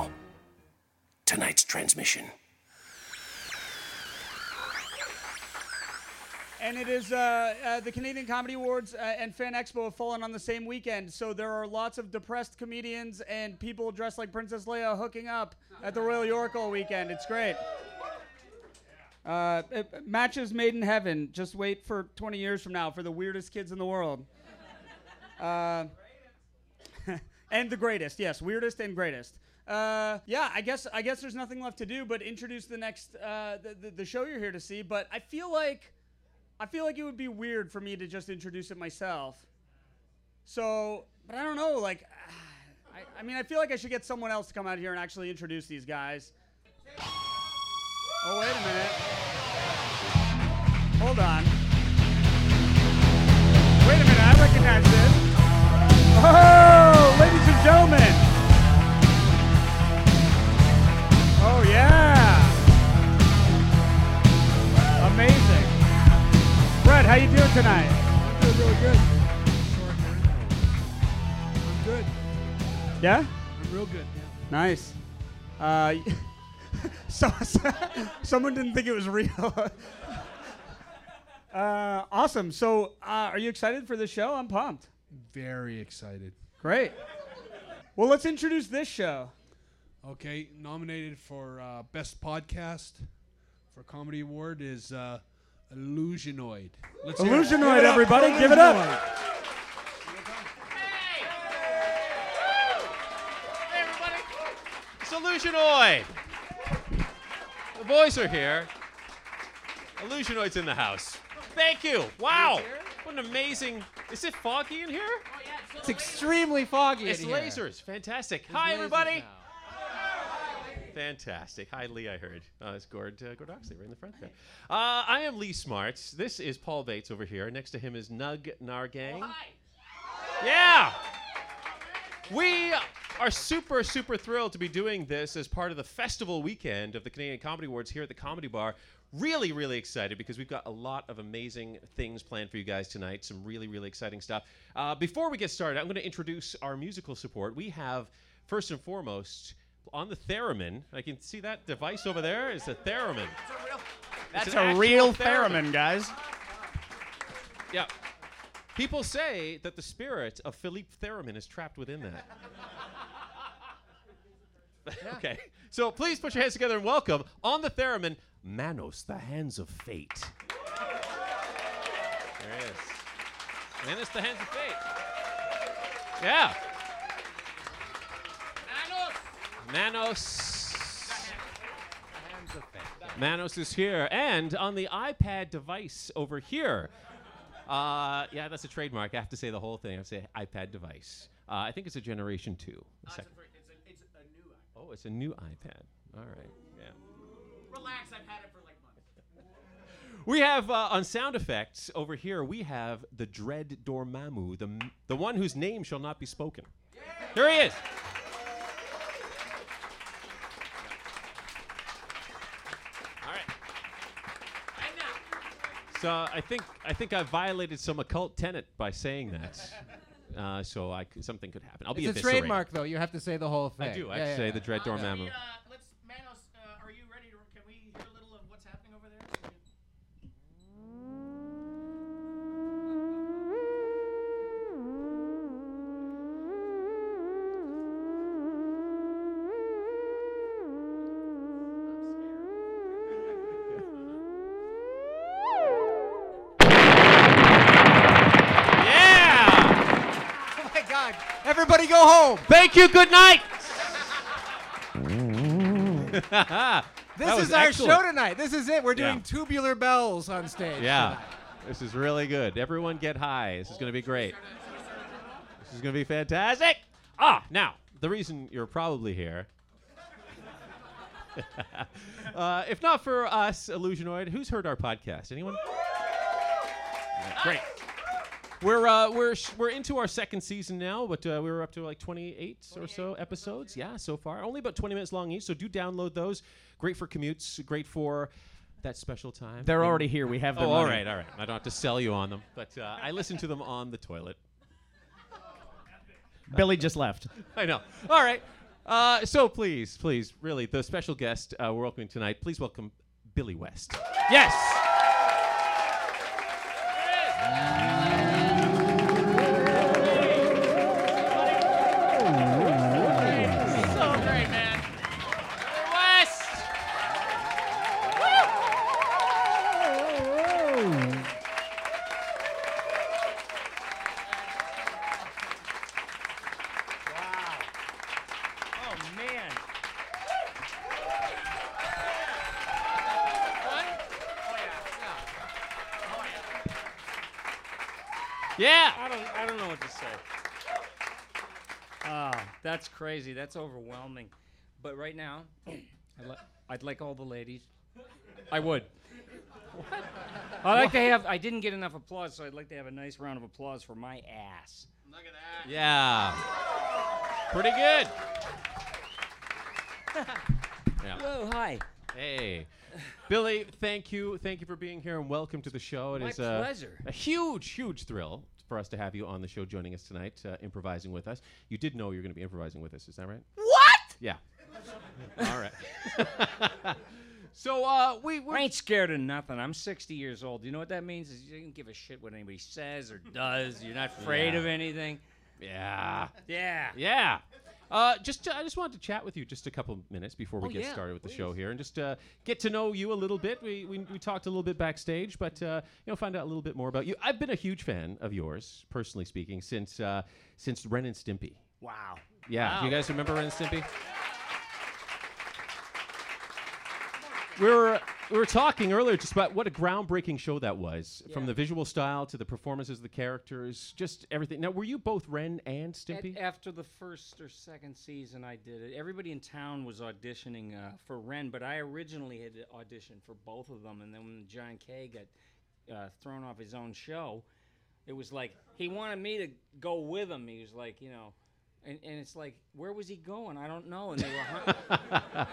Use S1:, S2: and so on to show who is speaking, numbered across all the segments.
S1: tonight's transmission.
S2: And it is uh, uh, the Canadian Comedy Awards uh, and Fan Expo have fallen on the same weekend, so there are lots of depressed comedians and people dressed like Princess Leia hooking up at the Royal York all weekend. It's great. Uh, it- matches made in heaven. Just wait for 20 years from now for the weirdest kids in the world. Uh, and the greatest, yes, weirdest and greatest. Uh, yeah, I guess I guess there's nothing left to do but introduce the next uh, the, the the show you're here to see. But I feel like I feel like it would be weird for me to just introduce it myself. So, but I don't know. Like, I, I mean, I feel like I should get someone else to come out here and actually introduce these guys. Oh wait a minute. Hold on. Wait a minute. I recognize this. Oh, ladies and gentlemen. Oh, yeah. Amazing. Brett, how you doing tonight?
S3: Doing really good. I'm good.
S2: Yeah?
S3: I'm real good. Yeah.
S2: Nice. Uh, so, someone didn't think it was real. uh, awesome. So, uh, are you excited for the show? I'm pumped.
S3: Very excited.
S2: Great. Well, let's introduce this show.
S3: Okay, nominated for uh, best podcast for comedy award is uh, Illusionoid. Let's hear it.
S2: Illusionoid,
S3: Give it up
S2: everybody,
S3: for
S2: give it up.
S3: Illusionoid.
S4: Hey, everybody. Solutionoid. The boys are here. Illusionoid's in the house. Thank you. Wow. What an amazing. Is it foggy in here?
S5: Oh, It's extremely foggy.
S4: It's
S5: in here.
S4: lasers. Fantastic. Hi,
S5: lasers
S4: everybody.
S5: now.
S4: Fantastic. Hi, Lee, I heard. Uh, it's Gord, uh, Gord Oxley right in the front there. Uh, I am Lee Smarts. This is Paul Bates over here. Next to him is Nug Nargang. Yeah! We are super, super thrilled to be doing this as part of the festival weekend of the Canadian Comedy Awards here at the Comedy Bar. Really, really excited because we've got a lot of amazing things planned for you guys tonight. Some really, really exciting stuff. Uh, before we get started, I'm going to introduce our musical support. We have, first and foremost, on the theremin, I can see that device over there is a theremin. It's
S5: That's a
S4: an actual
S5: real
S4: theremin.
S5: theremin, guys.
S4: Yeah. People say that the spirit of Philippe Theremin is trapped within that. okay. So please put your hands together and welcome on the Theremin, Manos, the Hands of Fate. there it is. Manos, the Hands of Fate. Yeah. Manos. Manos is here, and on the iPad device over here. Uh, yeah, that's a trademark. I have to say the whole thing. I have to say iPad device. Uh, I think it's a Generation 2. A sec- Oh, it's a new iPad. All right. Yeah. Oh. We have uh, on sound effects over here. We have the dread Dormammu, the m- the one whose name shall not be spoken. Here he is. All right. So I think I think I violated some occult tenet by saying that. Uh, so I c- something could happen. I'll be
S5: It's a
S4: eviscerated.
S5: trademark, though. You have to say the whole
S4: I
S5: thing.
S4: do. I
S5: Yeah, yeah,
S4: say
S5: yeah.
S4: the dread door mammal.
S6: uh, let's, Manos, uh, are you ready? To, can we hear a little of what's happening over there?
S4: Yeah.
S5: Oh my God! Everybody, go home.
S4: Thank you. Good night.
S5: This
S4: was
S5: is our show
S4: excellent.
S5: tonight. This is it. We're doing
S4: Yeah.
S5: tubular bells on stage.
S4: Yeah. This is really good. Everyone get high. This is going to be great. This is going to be fantastic. Ah, now, the reason you're probably here. uh, if not for us, Illusionoid, who's heard our podcast? Anyone? Yeah, great. We're, uh, we're, sh- we're into our second season now, but uh, we were up to like 28, or so episodes. Yeah, so far. Only about 20 minutes long each, so do download those. Great for commutes, great for that special time.
S7: They're already here. We have their
S4: Oh,
S7: money.
S4: all right, all right. I don't have to sell you on them, but uh, I listen to them on the toilet.
S7: Billy just left.
S4: I know. All right. Uh, so please, please, really, the special guest uh, we're welcoming tonight. Please welcome Billy West.
S7: Yes.
S6: So great, man. West! Wow. Oh, man.
S4: Yeah.
S6: I don't, I don't know what to say. Ah, that's crazy. That's overwhelming. But right now, I'd, li- I'd like all the ladies. I would. I'd like to have. I didn't get enough applause, so I'd like to have a nice round of applause for my ass.
S4: Yeah. Pretty good. Yeah.
S6: Whoa, hi.
S4: Hey, Billy. Thank you, thank you for being here, and welcome to the show. It is
S6: My
S4: a,
S6: pleasure.
S4: a huge, huge thrill for us to have you on the show, joining us tonight, uh, improvising with us. You did know you were going to be improvising with us, is that right? What? Yeah. All right. so uh, we
S6: I
S4: we
S6: ain't scared of nothing. I'm 60 years old. You know what that means? Is you don't give a shit what anybody says or does. You're not afraid
S4: Yeah.
S6: of anything.
S4: yeah
S6: Yeah.
S4: yeah. Uh, just I just wanted to chat with you just a couple minutes before we
S6: Oh,
S4: get
S6: yeah,
S4: started with the show here, and just uh, get to know you a little bit. We, we, we talked a little bit backstage, but uh, you know find out a little bit more about you. I've been a huge fan of yours, personally speaking, since uh, since Ren and Stimpy.
S6: Wow.
S4: Yeah, do you
S6: Wow.
S4: guys remember Ren and Stimpy? We were, we were talking earlier just about what a groundbreaking show that was, from the visual style to the performances of the characters, just everything. Now, were you both Ren and
S6: At-
S4: Stimpy?
S6: after the first or second season, I did it. Everybody in town was auditioning uh, for Ren, but I originally had auditioned for both of them. And then when John Kay got uh, thrown off his own show, it was like he wanted me to go with him. He was like, you know, and, and it's like, where was he going? I don't know. And they were. Hun-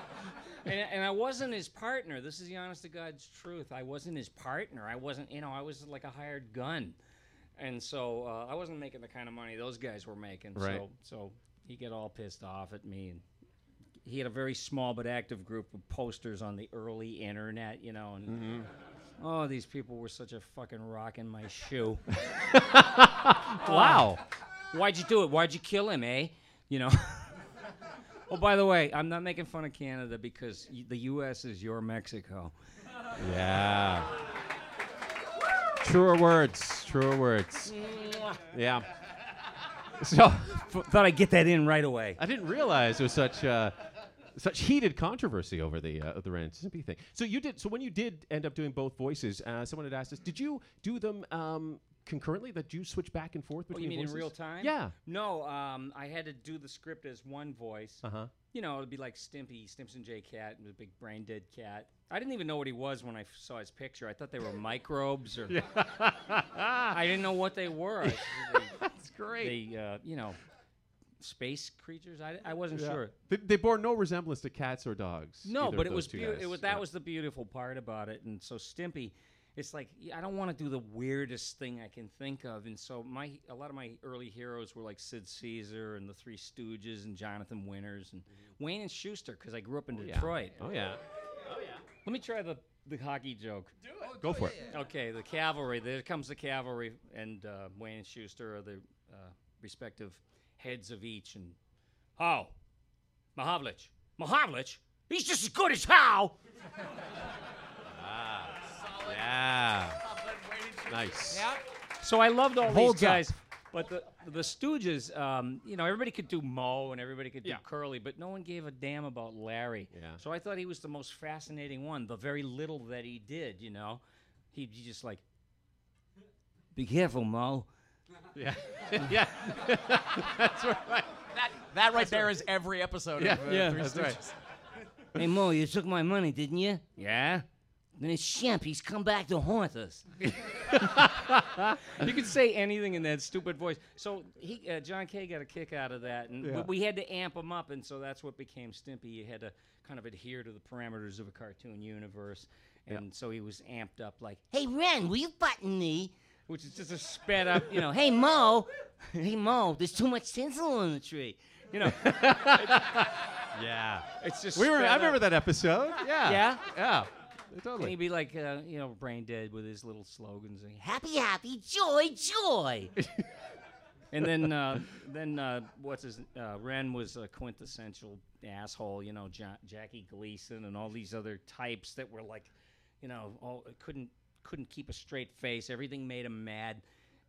S6: and, and I wasn't his partner. This is the honest to God's truth. I wasn't his partner. I wasn't, you know, I was like a hired gun. And so uh, I wasn't making the kind of money those guys were making.
S4: Right.
S6: So, so he got all pissed off at me. And he had a very small but active group of posters on the early internet, you know. And oh, these people were such a fucking rock in my shoe. Oh,
S4: wow.
S6: Why'd you do it? Why'd you kill him, eh? You know. oh, by the way, I'm not making fun of Canada because y- the U.S. is your Mexico.
S4: Yeah. Truer words. Truer words. Yeah. So
S6: Thought I'd get that in right away.
S4: I didn't realize there was such uh, such heated controversy over the uh, the Ren and Stimpy thing. So you did. So when you did end up doing both voices, uh, someone had asked us, did you do them um, concurrently? That you switch back and forth
S6: Oh,
S4: between
S6: you mean
S4: voices?
S6: in real time?
S4: Yeah.
S6: No, um, I had to do the script as one voice.
S4: Uh huh.
S6: You know, it'd be like Stimpy, Stimpson J. Cat, the big brain dead cat. I didn't even know what he was when I f- saw his picture. I thought they were microbes, or I didn't know what they were. I-
S4: That's great.
S6: they, uh, you know, space creatures. I, I wasn't sure.
S4: They, they bore no resemblance to cats or dogs.
S6: No,
S4: either
S6: but
S4: of
S6: it was
S4: those two
S6: beau-
S4: guys.
S6: it was that
S4: Yeah.
S6: was the beautiful part about it. And so Stimpy, it's like yeah, I don't want to do the weirdest thing I can think of, and so my a lot of my early heroes were like Sid Caesar and the Three Stooges and Jonathan Winters and Wayne and Schuster because I grew up in Detroit.
S4: Mm-hmm. Oh yeah.
S6: Let me try the the hockey joke.
S4: Go for it.
S6: Okay, the cavalry. There comes the cavalry, and uh, Wayne and Schuster are the uh, respective heads of each. And how? Mahavlich. Mahavlich? He's just as good as how?
S4: Ah. Yeah. Nice.
S6: So I loved all
S5: Holds
S6: these
S5: up.
S6: guys. But the, the Stooges, um, you know, everybody could do Moe and everybody could do Curly, but no one gave a damn about Larry.
S4: Yeah.
S6: So I thought he was the most fascinating one, the very little that he did, you know. He'd be just like, be careful, Moe.
S4: Yeah. yeah. That's right.
S7: That right there is every episode.
S4: Yeah.
S7: Of, uh,
S4: yeah.
S7: Three
S4: That's
S7: Stooges.
S4: right.
S6: Hey Mo, you took my money, didn't you? Yeah. Then it's Shemp. He's come back to haunt us. you could say anything in that stupid voice. So he, uh, John Kay, got a kick out of that, and but we had to amp him up, and so that's what became Stimpy. You had to kind of adhere to the parameters of a cartoon universe, and so he was amped up like, "Hey Ren, will you button me?" Which is just a sped up, you know. Hey Mo, hey Mo, there's too much tinsel in the tree. You know,
S4: Yeah.
S6: it's just
S4: We were.
S6: sped
S4: I
S6: up.
S4: remember that episode. Yeah.
S6: Yeah?
S4: Yeah.
S6: And
S4: Totally.
S6: he'd be like, uh, you know, brain dead with his little slogans. And happy, happy, joy, joy. and then, uh, then uh, what's his? Uh, Ren was a quintessential asshole. You know, ja- Jackie Gleason and all these other types that were like, you know, all couldn't couldn't keep a straight face. Everything made him mad.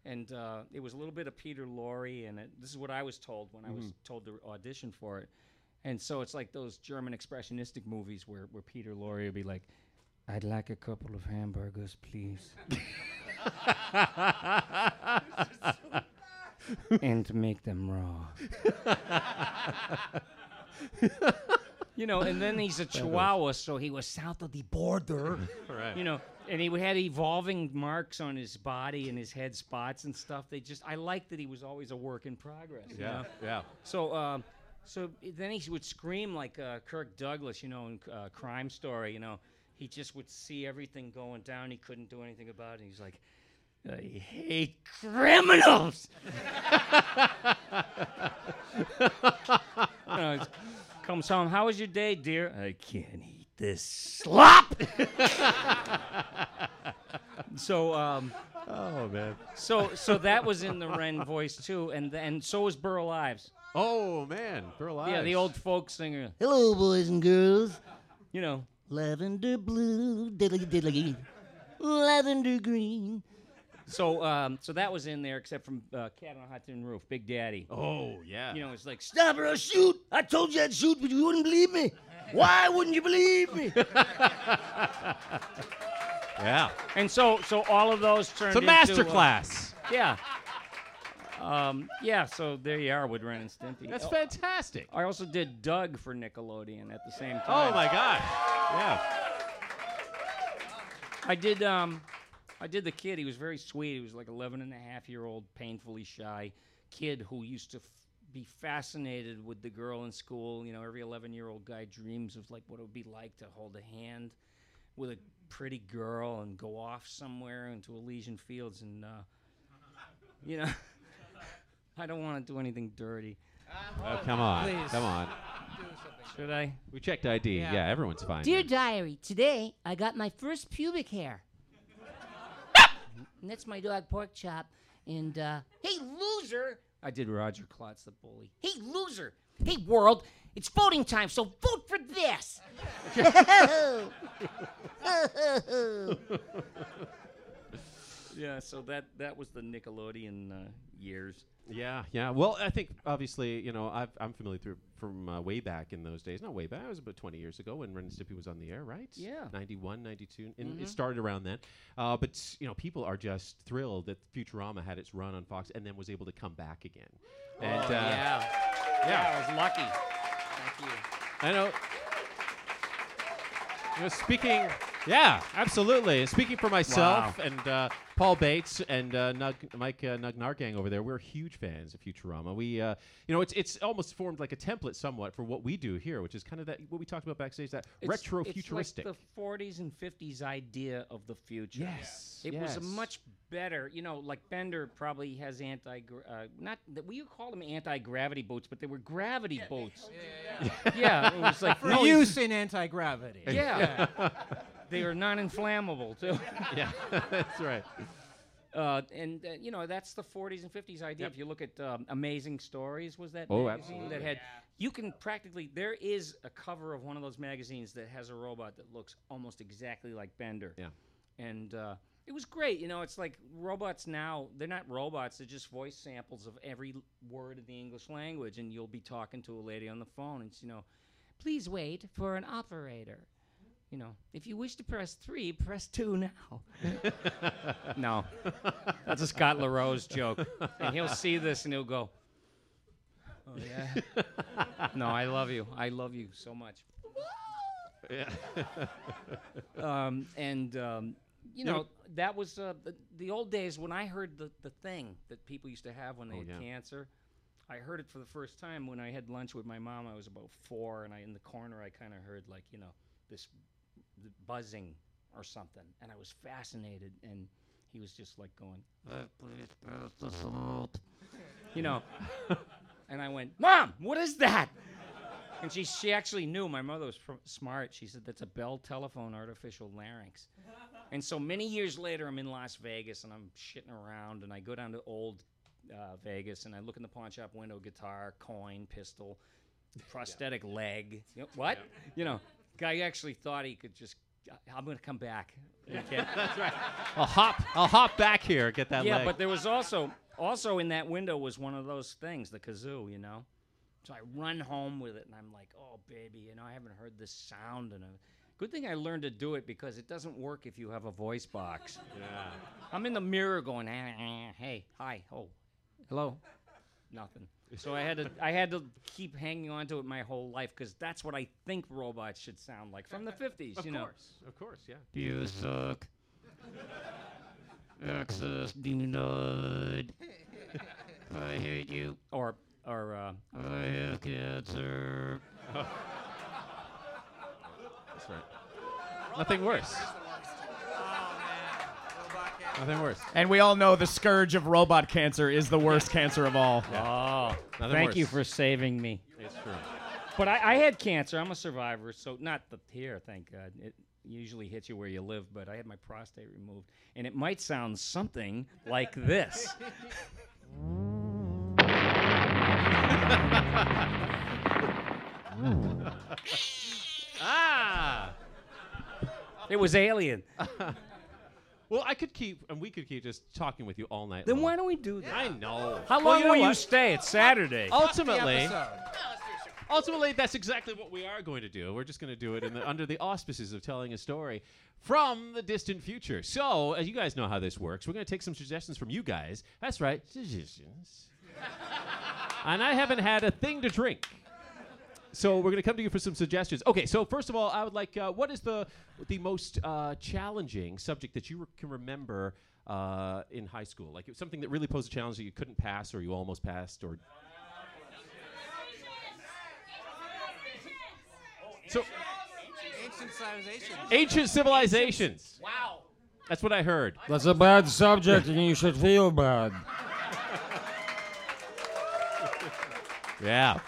S6: And uh, it was a little bit of Peter Lorre, and it, this is what I was told when I was told to audition for it. And so it's like those German expressionistic movies where, where Peter Lorre would be like, I'd like a couple of hamburgers, please. and make them raw. you know, and then he's a Chihuahua, so he was south of the border.
S4: Right.
S6: You know, and he had evolving marks on his body and his head spots and stuff. They just, I liked that he was always a work in progress. you
S4: Yeah.
S6: know?
S4: Yeah.
S6: So, um, so then he would scream like uh, Kirk Douglas, you know, in uh, Crime Story. You know, he just would see everything going down. He couldn't do anything about it. He's like, I hate criminals. You know, it's- comes home. How was your day, dear? I can't eat this slop. so. Um,
S4: Oh man.
S6: so so that was in the Ren voice too, and and so was Burl Ives.
S4: Oh man. Burl Ives.
S6: Yeah, the old folk singer. Hello, boys and girls. You know, lavender blue, diddly diddly, lavender green. So um, so that was in there, except from uh, Cat on a Hot Tin Roof, Big Daddy.
S4: Oh yeah.
S6: You know, it's like, stop or I'll shoot. I told you I'd shoot, but you wouldn't believe me. Why wouldn't you believe me?
S4: yeah.
S6: and so, so all of those turned
S4: It's a
S6: into
S4: master
S6: uh,
S4: class.
S6: yeah. Um, yeah, so there you are with Ren and Stimpy.
S4: That's
S6: Oh,
S4: fantastic.
S6: I also did Doug for Nickelodeon at the same time.
S4: Oh my gosh. Yeah.
S6: I did um I did the kid. He was very sweet. He was like 11 and a half year old painfully shy kid who used to f- be fascinated with the girl in school. You know, every 11 year old guy dreams of like what it would be like to hold a hand with a pretty girl and go off somewhere into Elysian fields and uh you know I don't want to do anything dirty.
S4: Oh, come on.
S5: Please.
S4: Come on.
S6: Should I?
S4: We checked ID. Yeah, everyone's fine.
S8: Dear diary, today I got my first pubic hair. and that's my dog Pork Chop. And uh, hey, loser!
S6: I did Roger Klotz the bully.
S8: Hey, loser! Hey, world! It's voting time, so vote for this.
S6: Yeah, so that that was the Nickelodeon uh, years.
S4: Yeah, yeah. Well, I think obviously, you know, I've, I'm familiar through from uh, way back in those days. Not way back. It was about 20 years ago when Ren and Stimpy was on the air, right?
S6: Yeah.
S4: 91, 92. And it started around then. Uh, but, s- you know, people are just thrilled that Futurama had its run on Fox and then was able to come back again. and, uh,
S6: Yeah, I was lucky. Thank you.
S4: I know. You know, speaking Yeah, absolutely. And speaking for myself
S6: Wow.
S4: and uh, Paul Bates and uh, Nug, Mike uh, Nug Nargang over there, we're huge fans of Futurama. We, uh, you know, it's it's almost formed like a template somewhat for what we do here, which is kind of that what we talked about backstage, that
S6: It's-
S4: retro
S6: it's
S4: futuristic.
S6: like the 40s and 50s idea of the future.
S4: Yes,
S6: It was a
S4: yes.
S6: much better, you know, like Bender probably has anti, gra- uh, not, that we call them anti gravity boats, but they were gravity boats. Yeah, it was like
S5: For
S6: no,
S5: use in anti-gravity.
S6: Yeah. they are non inflammable, too.
S4: yeah, that's right.
S6: Uh, and uh, you know that's the 40s and 50s idea. If you look at um, Amazing Stories, was that
S4: Oh,
S6: magazine that
S4: absolutely.
S6: had you can practically there is a cover of one of those magazines that has a robot that looks almost exactly like Bender.
S4: Yeah.
S6: and uh, it was great. You know, it's like robots now they're not robots; they're just voice samples of every l- word of the English language, and you'll be talking to a lady on the phone, and it's, you know, please wait for an operator. You know, if you wish to press three, press two now. No. That's a Scott LaRose joke. And he'll see this and he'll go, Oh, yeah. no, I love you. I love you so much.
S4: Yeah.
S6: Um, and, um, you
S4: Yeah,
S6: know, that was uh, the, the old days when I heard the, the thing that people used to have when they
S4: Oh,
S6: had
S4: yeah.
S6: cancer. I heard it for the first time when I had lunch with my mom. I was about four, and I in the corner I kind of heard like you know this the buzzing or something, and I was fascinated. And he was just like going, you know. and I went, Mom, what is that? And she, she actually knew. My mother was pr- smart. She said, That's a Bell telephone artificial larynx. and so many years later, I'm in Las Vegas and I'm shitting around and I go down to old uh, Vegas and I look in the pawn shop window guitar, coin, pistol, prosthetic leg. You know, what? You know, guy actually thought he could just, I- I'm going to come back. You can't-
S4: I'll hop, I'll hop back here, get that
S6: yeah,
S4: leg.
S6: but there was also also in that window was one of those things, the kazoo, you know. So I run home with it, and I'm like, "Oh, baby, you know, I haven't heard this sound." And good thing I learned to do it because it doesn't work if you have a voice box.
S4: yeah.
S6: I'm in the mirror going, "Ah, ah, "Hey, hi, oh, hello," nothing. So I had to I had to keep hanging on to it my whole life because that's what I think robots should sound like from the 50s,
S4: Of
S6: you know.
S4: course, of course, yeah.
S8: You suck. Access denied. I hate you.
S6: Or or uh,
S8: I have cancer.
S4: That's right. Nothing worse. Nothing worse.
S7: And we all know the scourge of robot cancer is the worst cancer of all.
S6: oh,
S4: Nothing
S6: thank you for
S4: worse.
S6: saving me.
S4: It's true.
S6: But I, I had cancer. I'm a survivor, so not the here, thank God. It usually hits you where you live, but I had my prostate removed, and it might sound something like this.
S4: Ah.
S6: It was alien.
S4: Well, I could keep, and we could keep just talking with you all night.
S6: Then
S4: long.
S6: why don't we do that?
S4: I know.
S6: How long
S4: Well, you know
S6: will you
S4: what?
S6: stay? It's Saturday.
S4: ultimately, ultimately, that's exactly what we are going to do. We're just going to do it in the, under the auspices of telling a story from the distant future. So, as you guys know how this works, we're going to take some suggestions from you guys. That's right, suggestions. and I haven't had a thing to drink. So we're going to come to you for some suggestions. Okay, so first of all, I would like uh, what is the the most uh, challenging subject that you re- can remember uh, in high school? Like it was something that really posed a challenge that you couldn't pass, or you almost passed, or so
S5: Ancient civilization.
S4: ancient civilizations. Wow, that's what I heard.
S6: That's a bad subject, and you should feel bad.
S4: Yeah.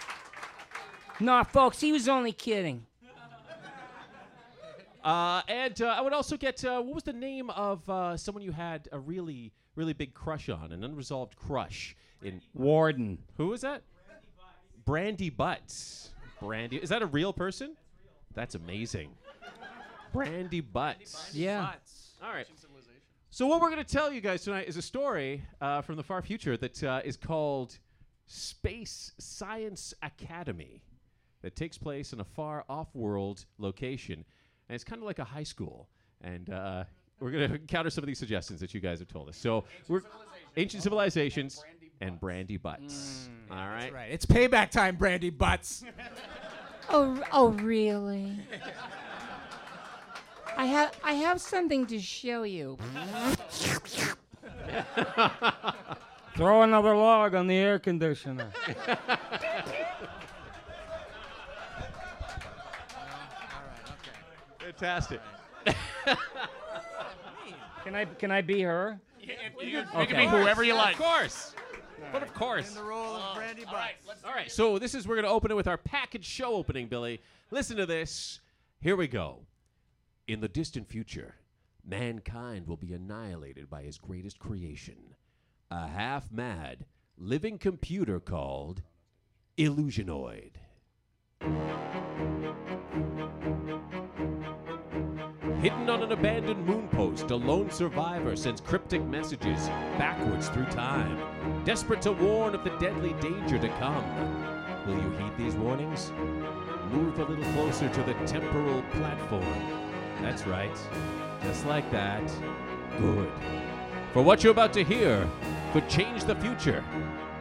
S6: No, folks, he was only kidding.
S4: Uh, and uh, I would also get uh, what was the name of uh, someone you had a really really big crush on, an unresolved crush in
S6: Warden.
S4: Who was that? Brandy Butts. Brandy. Is that a real person? That's amazing. Brandy Butts.
S6: Yeah.
S4: All right. So what we're going to tell you guys tonight is a story uh, from the far future that uh, is called Space Science Academy. That takes place in a far off-world location, and it's kind of like a high school. And uh, we're going to encounter some of these suggestions that you guys have told us. So we're ancient civilizations and brandy butts. All right.
S5: Right. It's payback time, Brandy Butts.
S9: Oh, oh, really?
S10: I have I have something to show you.
S6: Throw another log on the air conditioner.
S4: Fantastic.
S6: can I can I be her?
S11: Yeah, if you- you can be whoever you like.
S4: Of course. But of course. Oh.
S11: In the role of Brandy All right, let's
S4: All right, so this is we're going to open it with our package show opening, Billy. Listen to this. Here we go. In the distant future, mankind will be annihilated by his greatest creation, a half-mad living computer called Illusionoid. Hidden on an abandoned moonpost, a lone survivor sends cryptic messages backwards through time, desperate to warn of the deadly danger to come. Will you heed these warnings? Move a little closer to the temporal platform. That's right, just like that. Good. For what you're about to hear could change the future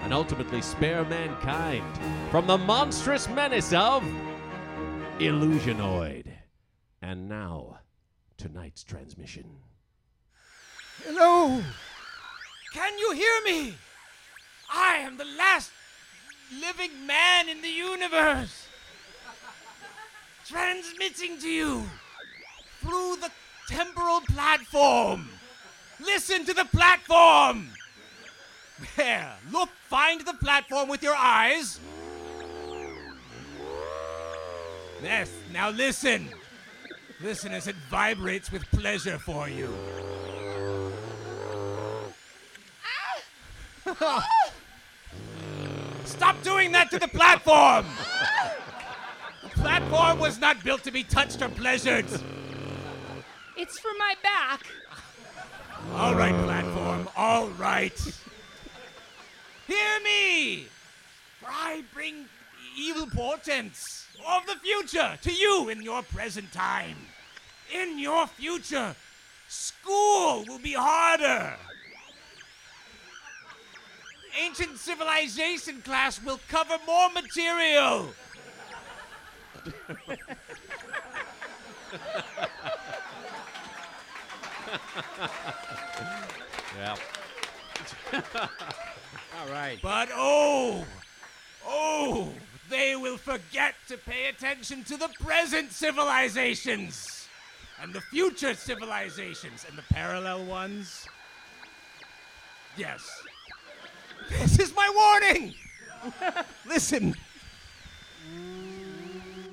S4: and ultimately spare mankind from the monstrous menace of Illusionoid. And now, tonight's transmission.
S11: Hello. Can you hear me? I am the last living man in the universe. Transmitting to you through the temporal platform. Listen to the platform. There, look, find the platform with your eyes. Yes, now listen. Listen as it vibrates with pleasure for you. Stop doing that to the platform! the platform was not built to be touched or pleasured.
S10: It's for my back.
S11: All right, platform, all right. Hear me! For I bring evil portents of the future to you in your present time. In your future, school will be harder. Ancient civilization class will cover more material.
S4: Yeah.
S11: All right. But oh, oh, they will forget to pay attention to the present civilizations and the future civilizations and the parallel ones. Yes. This is my warning! Listen.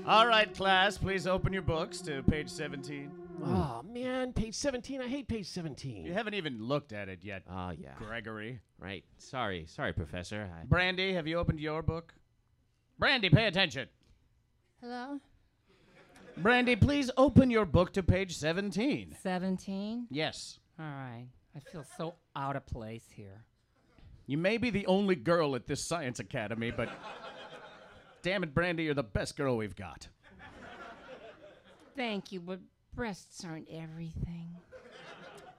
S12: All right, class, please open your books to page 17.
S7: Ah.
S4: Oh, man, page 17. I hate page 17.
S12: You haven't even looked at it yet.
S4: Ah, yeah.
S12: Gregory.
S4: Right. Sorry. Sorry, Professor. I...
S12: Brandy, have you opened your book? Brandy, pay attention.
S9: Hello?
S12: Brandy, please open your book to page 17.
S9: 17?
S12: Yes.
S9: All right. I feel so out of place here.
S12: You may be the only girl at this science academy, but damn it, Brandy, you're the best girl we've got.
S9: Thank you, but breasts aren't everything.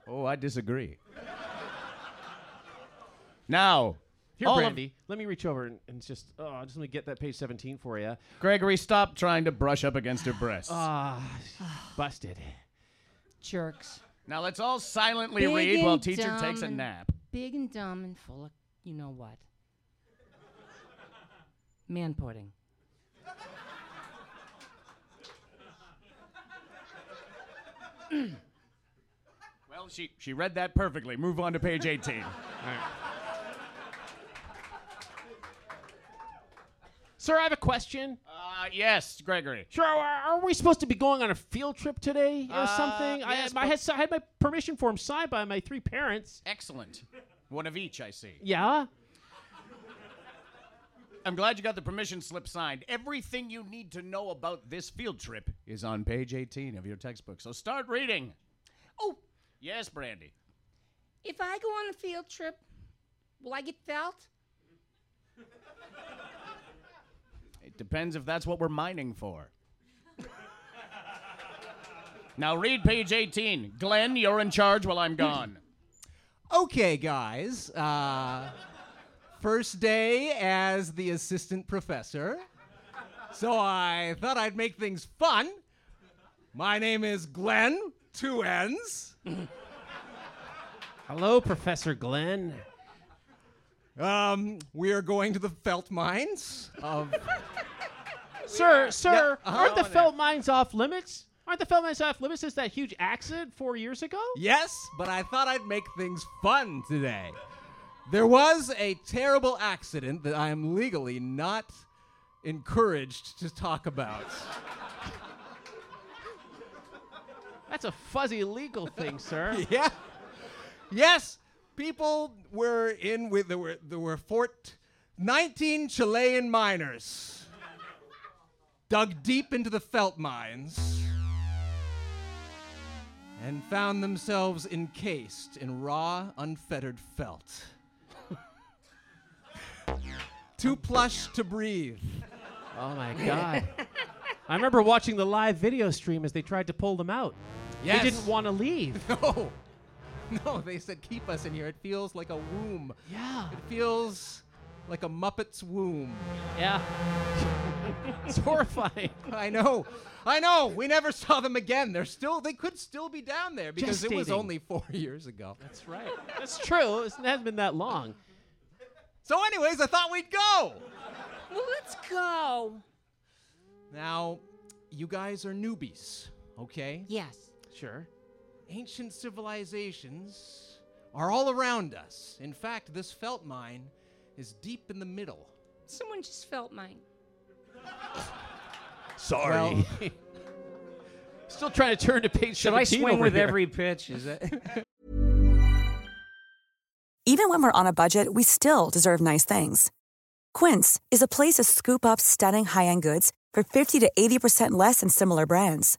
S12: Oh, I disagree. now,
S4: Here,
S12: all of-
S4: Brandy, let me reach over and, and just, oh, just let me get that page 17 for you.
S12: Gregory, stop trying to brush up against her breasts.
S4: Ah, busted.
S9: Jerks.
S12: now let's all silently
S9: Big
S12: read while
S9: and
S12: teacher takes a
S9: dumb and-
S12: nap.
S9: Big and dumb and full of you know what. Man pudding.
S12: Well, she she read that perfectly. Move on to page 18.
S4: Sir, I have a question.
S12: Uh, yes, Gregory.
S4: Sure, are, are we supposed to be going on a field trip today or
S12: Uh,
S4: something?
S12: yes,
S4: I, I,
S12: but-
S4: had, s- I had my permission form signed by my three parents.
S12: Excellent. One of each, I see.
S4: Yeah?
S12: I'm glad you got the permission slip signed. Everything you need to know about this field trip is on page 18 of your textbook. So start reading.
S10: Oh,
S12: Yes, Brandy.
S10: if I go on a field trip, will I get felt?
S12: It depends if that's what we're mining for. now read page 18. Glenn, you're in charge while I'm gone.
S13: Okay, guys. Uh, first day as the assistant professor. So I thought I'd make things fun. My name is Glenn, two N's.
S4: Hello, Professor Glenn.
S13: Um, we are going to the felt mines of.
S4: Sir, sir,
S13: Yeah, uh-huh.
S4: aren't the
S12: Oh,
S13: Go on
S4: felt mines off limits? Aren't the felt mines off limits since that huge accident four years ago?
S13: Yes, but I thought I'd make things fun today. There was a terrible accident that I am legally not encouraged to talk about.
S4: That's a fuzzy legal thing, sir.
S13: yeah. Yes, people were in with there were there were fort 19 Chilean miners dug deep into the felt mines and found themselves encased in raw unfettered felt. Too plush to breathe.
S4: Oh my God. I remember watching the live video stream as they tried to pull them out.
S13: Yes.
S4: They didn't want to leave.
S13: No. No, they said keep us in here. It feels like a womb.
S4: Yeah.
S13: It feels like a Muppet's womb.
S4: Yeah. it's horrifying.
S13: I know. I know. We never saw them again. They're still they could still be down there because it was
S4: Gestating.
S13: only 4 years ago.
S4: That's right. That's true. It hasn't been that long.
S13: So anyways, I thought we'd go.
S14: Well, let's go.
S13: Now, you guys are newbies, okay?
S9: Yes.
S4: Sure.
S13: Ancient civilizations are all around us. In fact, this felt mine is deep in the middle.
S14: Someone just felt mine.
S4: Sorry. Still trying to turn to page
S11: Should I
S4: 17
S11: swing
S4: over
S11: with
S4: here.
S11: every pitch? Is that?
S15: Even when we're on a budget, we still deserve nice things. Quince is a place to scoop up stunning high-end goods for 50 to 80% less than similar brands.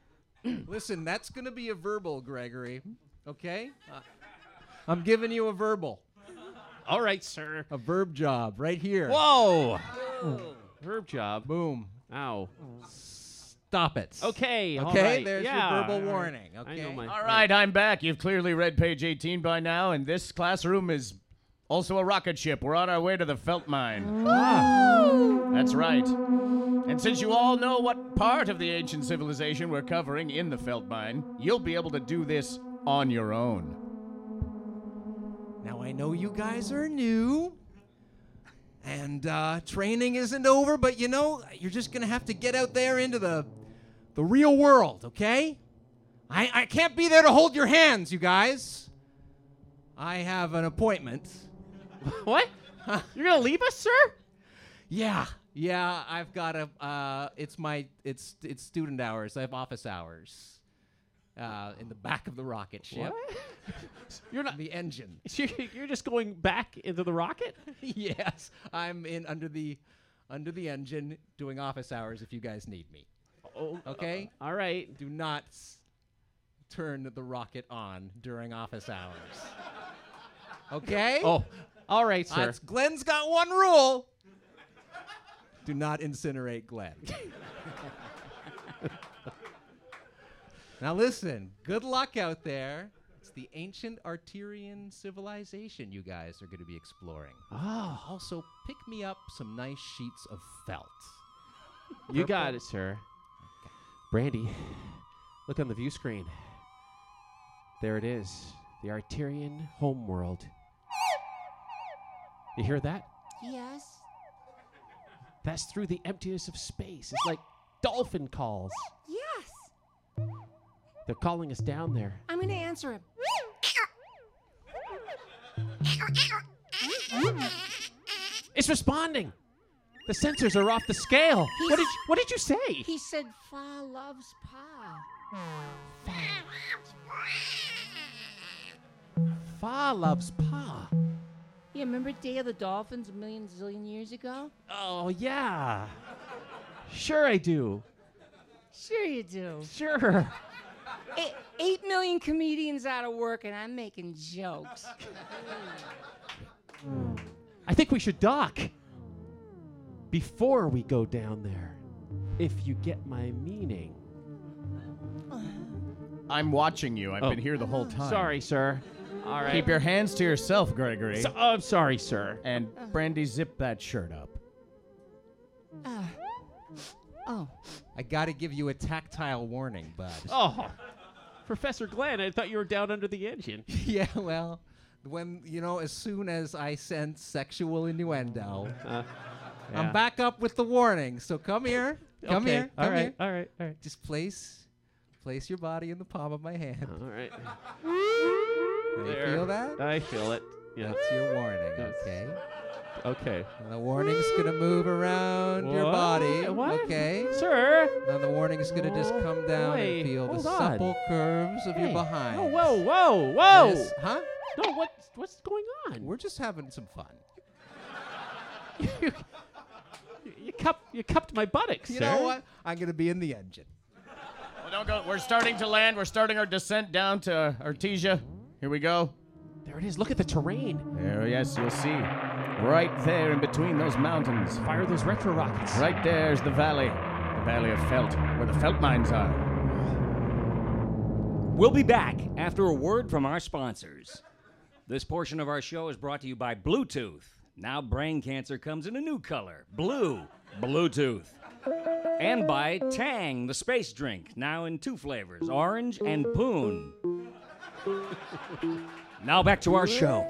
S13: Listen, that's going to be a verbal, Gregory. Okay? Uh, I'm giving you a verbal.
S4: All right, sir.
S13: A verb job right here.
S4: Whoa. Verb job.
S13: Boom.
S4: Ow.
S13: Stop it.
S4: Oh. Okay. all
S12: Okay,
S4: right,
S12: there's your
S4: yeah,
S12: verbal
S4: all right.
S12: warning,
S4: I know
S12: okay?
S4: my-
S12: All right, I'm back. You've clearly read page 18 by now, and this classroom is also a rocket ship. We're on our way to the felt mine. That's right. And since you all know what part of the ancient civilization we're covering in the felt mine, you'll be able to do this on your own.
S13: Now I know you guys are new, and uh, training isn't over, but you know you're just gonna have to get out there into the the real world, okay? I I can't be there to hold your hands, you guys. I have an appointment.
S4: What? You're gonna leave us, sir?
S13: Yeah, yeah. I've got a. Uh, it's my. It's it's student hours. I have office hours. Uh, in the back of the rocket ship.
S4: You're not
S13: the engine.
S4: You're just going back into the rocket?
S13: yes, I'm in under the under the engine doing office hours if you guys need me.
S4: Oh,
S13: Okay?
S4: all right.
S13: Do not s- turn the rocket on during office hours. Okay?
S4: Oh, all right, sir.
S13: That's- Glenn's got one rule. Do not incinerate Glenn. now listen, good luck out there. It's the ancient Arturian civilization you guys are going to be exploring.
S4: Ah.
S13: Also, pick me up some nice sheets of felt.
S4: You got
S13: Purple.
S4: it, sir. Brandy, look on the view screen. There it is. The Arterian homeworld. You hear that?
S9: Yes.
S4: That's through the emptiness of space. It's like dolphin calls.
S14: Yes.
S4: They're calling us down there.
S9: I'm gonna answer him.
S4: It's responding. The sensors are off the scale. What did you, what did you say?
S9: He said, "Fa loves pa."
S4: Fa loves pa.
S9: Yeah, remember Day of the Dolphins a million zillion years ago?
S4: Oh yeah. Sure I do.
S9: Sure you do.
S4: Sure.
S9: Eight, eight million comedians out of work, and I'm making jokes.
S4: I think we should dock before we go down there, if you get my meaning.
S12: I'm watching you. I've
S4: Oh.
S12: been here the whole time.
S4: Sorry, sir. All right.
S12: Keep your hands to yourself, Gregory.
S4: So- I'm sorry, sir.
S12: And Brandy, zip that shirt up.
S9: Uh, oh.
S13: I gotta give you a tactile warning, bud.
S4: Oh, Professor Glenn, I thought you were down under the engine.
S13: Yeah, well, when you know, as soon as I sense sexual innuendo,
S4: Uh, yeah.
S13: I'm back up with the warning. So come here, come
S4: Okay,
S13: here,
S4: all
S13: come
S4: right,
S13: here.
S4: all right, all right.
S13: Just place, place your body in the palm of my hand.
S4: All right.
S13: You feel that?
S4: I feel it. Yeah.
S13: That's your warning.
S4: That's-
S13: Okay.
S4: Okay.
S13: And the warning's gonna move around your
S4: What?
S13: body.
S4: What?
S13: Okay.
S4: Sir.
S13: Then the warning's gonna just come down
S4: Wait,
S13: and feel the
S4: hold on.
S13: supple curves of
S4: Hey,
S13: your behind.
S4: no, whoa, whoa, whoa.
S13: This- huh?
S4: No, what, what's going on?
S13: We're just having some fun.
S4: You cup, you cupped my buttocks,
S13: You
S4: sir.
S13: know what? I'm gonna be in the engine.
S12: Well, don't go. We're starting to land. We're starting our descent down to Artesia. Here we go.
S4: There it is. Look at the terrain.
S12: There, yes, you'll see. Right there in between those mountains.
S4: Fire those retro rockets.
S12: Right there's the valley. The valley of felt, where the felt mines are.
S6: We'll be back after a word from our sponsors. This portion of our show is brought to you by Bluetooth. Now brain cancer comes in a new color blue, Bluetooth. And by Tang, the space drink, now in two flavors orange and poon. Now back to our show.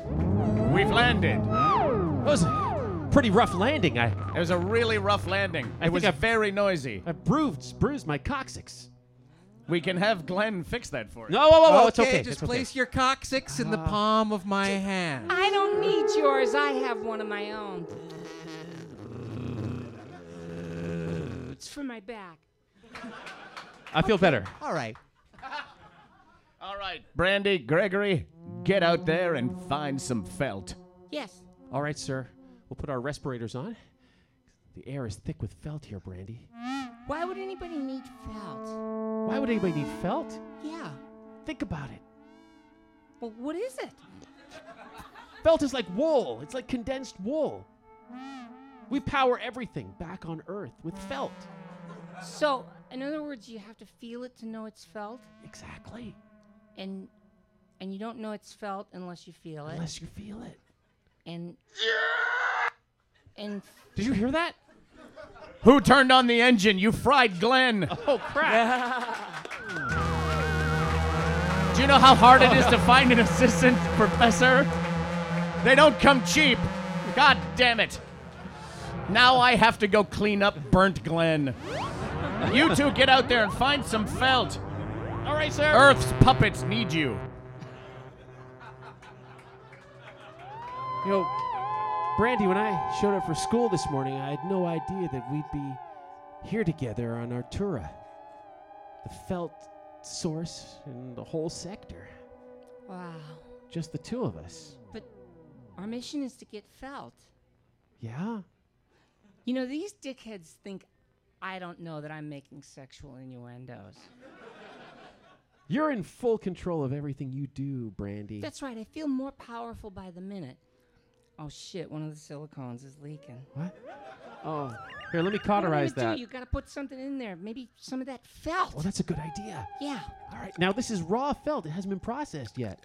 S12: We've landed.
S4: That was a pretty rough landing. I,
S12: It was a really rough landing.
S4: I
S12: it was
S4: think I-
S12: very noisy.
S4: I bruised, bruised my coccyx.
S12: We can have Glenn fix that for you.
S4: No, whoa, whoa, whoa, it's okay.
S13: Just
S4: it's okay. Uh,
S13: place your coccyx in the palm of my hand.
S9: I don't need yours. I have one of my own. It's for my back.
S4: I feel better.
S13: All right.
S12: All right, Brandy, Gregory, get out there and find some felt.
S9: Yes.
S4: All right, sir. We'll put our respirators on. The air is thick with felt here, Brandy.
S9: Why would anybody need felt?
S4: Why would anybody need felt?
S9: Yeah.
S4: Think about it.
S9: Well, what is it?
S4: Felt is like wool. It's like condensed wool. We power everything back on Earth with felt.
S9: So, in other words, you have to feel it to know it's felt,
S4: Exactly.
S9: and and you don't know it's felt unless you feel it.
S4: Unless you feel it.
S9: And and
S4: Did you hear that?
S12: Who turned on the engine? You fried Glenn.
S4: Oh crap!
S12: Do you know how hard it is to find an assistant professor? They don't come cheap. God damn it. Now I have to go clean up burnt Glenn. You two get out there and find some felt.
S4: All right, sir.
S12: Earth's puppets need you.
S4: You know, Brandy, when I showed up for school this morning, I had no idea that we'd be here together on Artura. The felt source and the whole sector.
S9: wow.
S4: Just the two of us.
S9: But our mission is to get felt.
S4: Yeah?
S9: You know, these dickheads think I don't know that I'm making sexual innuendos.
S4: You're in full control of everything you do, Brandy.
S9: That's right. I feel more powerful by the minute. Oh shit! One of the silicones is leaking.
S4: What? Oh. Here, let me
S9: What are we gonna
S4: cauterize that.
S9: Do? You gotta put something in there. Maybe some of that felt.
S4: Well, that's a good idea.
S9: yeah.
S4: All right. Now, this is raw felt. It hasn't been processed yet.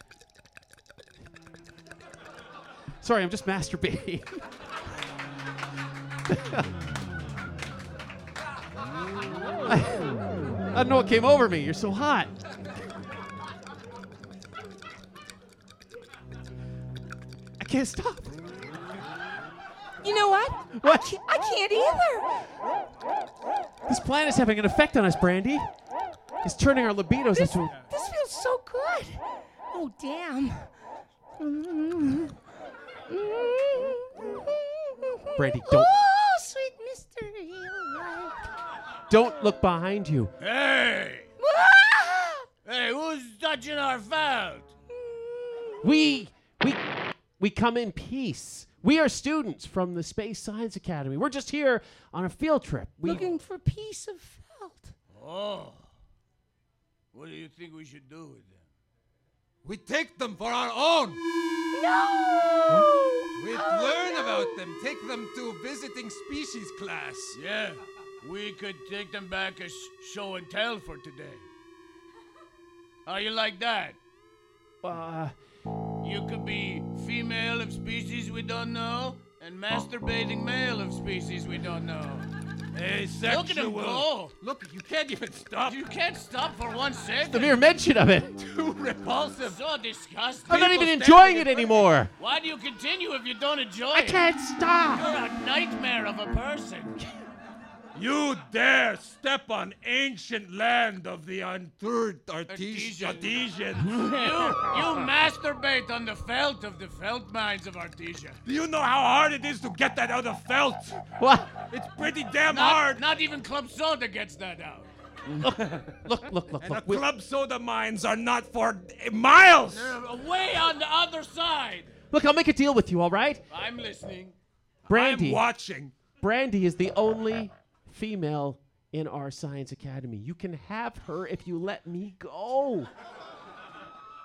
S4: Sorry, I'm just masturbating. I, I don't know what came over me. You're so hot. I can't stop.
S9: You know what?
S4: What?
S9: I can't, I can't either.
S4: This planet is having an effect on us, Brandy. It's turning our libidos into.
S9: This feels so good. Oh damn. Mm.
S4: Brandy, don't
S9: Oh, sweet mystery. alive.
S4: don't look behind you.
S11: Hey!
S9: Ah!
S11: Hey, who's touching our felt?
S4: We we we come in peace. We are students from the Space Science Academy. We're just here on a field trip. We
S9: Looking for a piece of felt.
S11: Oh.
S12: Oh. What do you think we should do with them?
S11: We take them for our own.
S12: No!
S11: We learn about them. Take them to visiting species class.
S12: Yeah, we could take them back as show and tell for today. How you like that?
S16: Uh,
S12: You could be female of species we don't know, and masturbating male of species we don't know.
S11: Hey,
S12: Look at him go!
S11: Look, you can't even stop.
S12: You can't stop for one second.
S4: the mere mention of it.
S12: Too repulsive. So disgusting.
S4: I'm not even enjoying it anymore.
S12: Why do you continue if you don't enjoy it?
S16: I can't stop.
S12: You're a nightmare of a person.
S11: You dare step on ancient land of the untoured Artis- Artesian.
S12: you, you masturbate on the felt of the felt mines of Artesia.
S11: Do you know how hard it is to get that out of felt?
S4: What?
S11: It's pretty damn
S12: not,
S11: hard.
S12: Not even Club Soda gets that out.
S4: look, look, look, look.
S11: And the club soda mines are not for eh, miles.
S12: They're Uh, way on the other side.
S16: Look, I'll make a deal with you, all right?
S12: I'm listening.
S16: Brandy.
S11: I'm watching.
S16: Brandy is the only female in our science academy. You can have her if you let me go.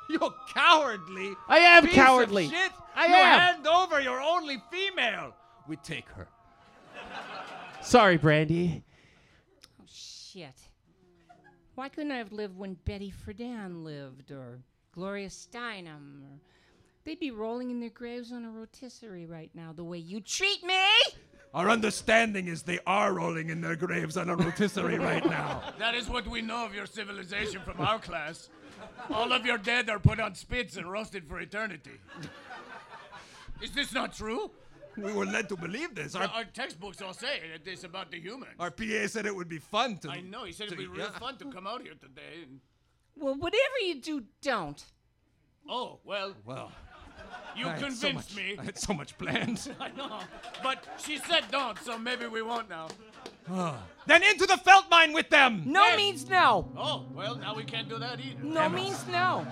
S11: You're cowardly.
S16: I am
S11: piece
S16: cowardly.
S11: Of shit.
S16: I
S11: you
S16: am.
S11: hand over your only female. We take her.
S16: Sorry, Brandy.
S9: Oh, shit. Why couldn't I have lived when Betty Friedan lived or Gloria Steinem? Or they'd be rolling in their graves on a rotisserie right now the way you treat me!
S11: Our understanding is they are rolling in their graves on a rotisserie right now.
S12: That is what we know of your civilization from our class. All of your dead are put on spits and roasted for eternity. Is this not true?
S11: We were led to believe this.
S12: Our,
S11: Our,
S12: our textbooks all say that it's about the humans.
S11: our PA said it would be fun to.
S12: I know. He said it'd be real fun to come out here today. And,
S9: Well, whatever you do, don't.
S12: oh well.
S11: Well,
S12: You
S11: I had so
S12: convinced
S11: much-
S12: me.
S11: I had so much planned.
S12: I know. But she said don't, so maybe we won't now.
S11: Ah. then into the felt mine with them.
S9: No means no.
S12: Oh, well, now we can't do that either.
S9: No means no.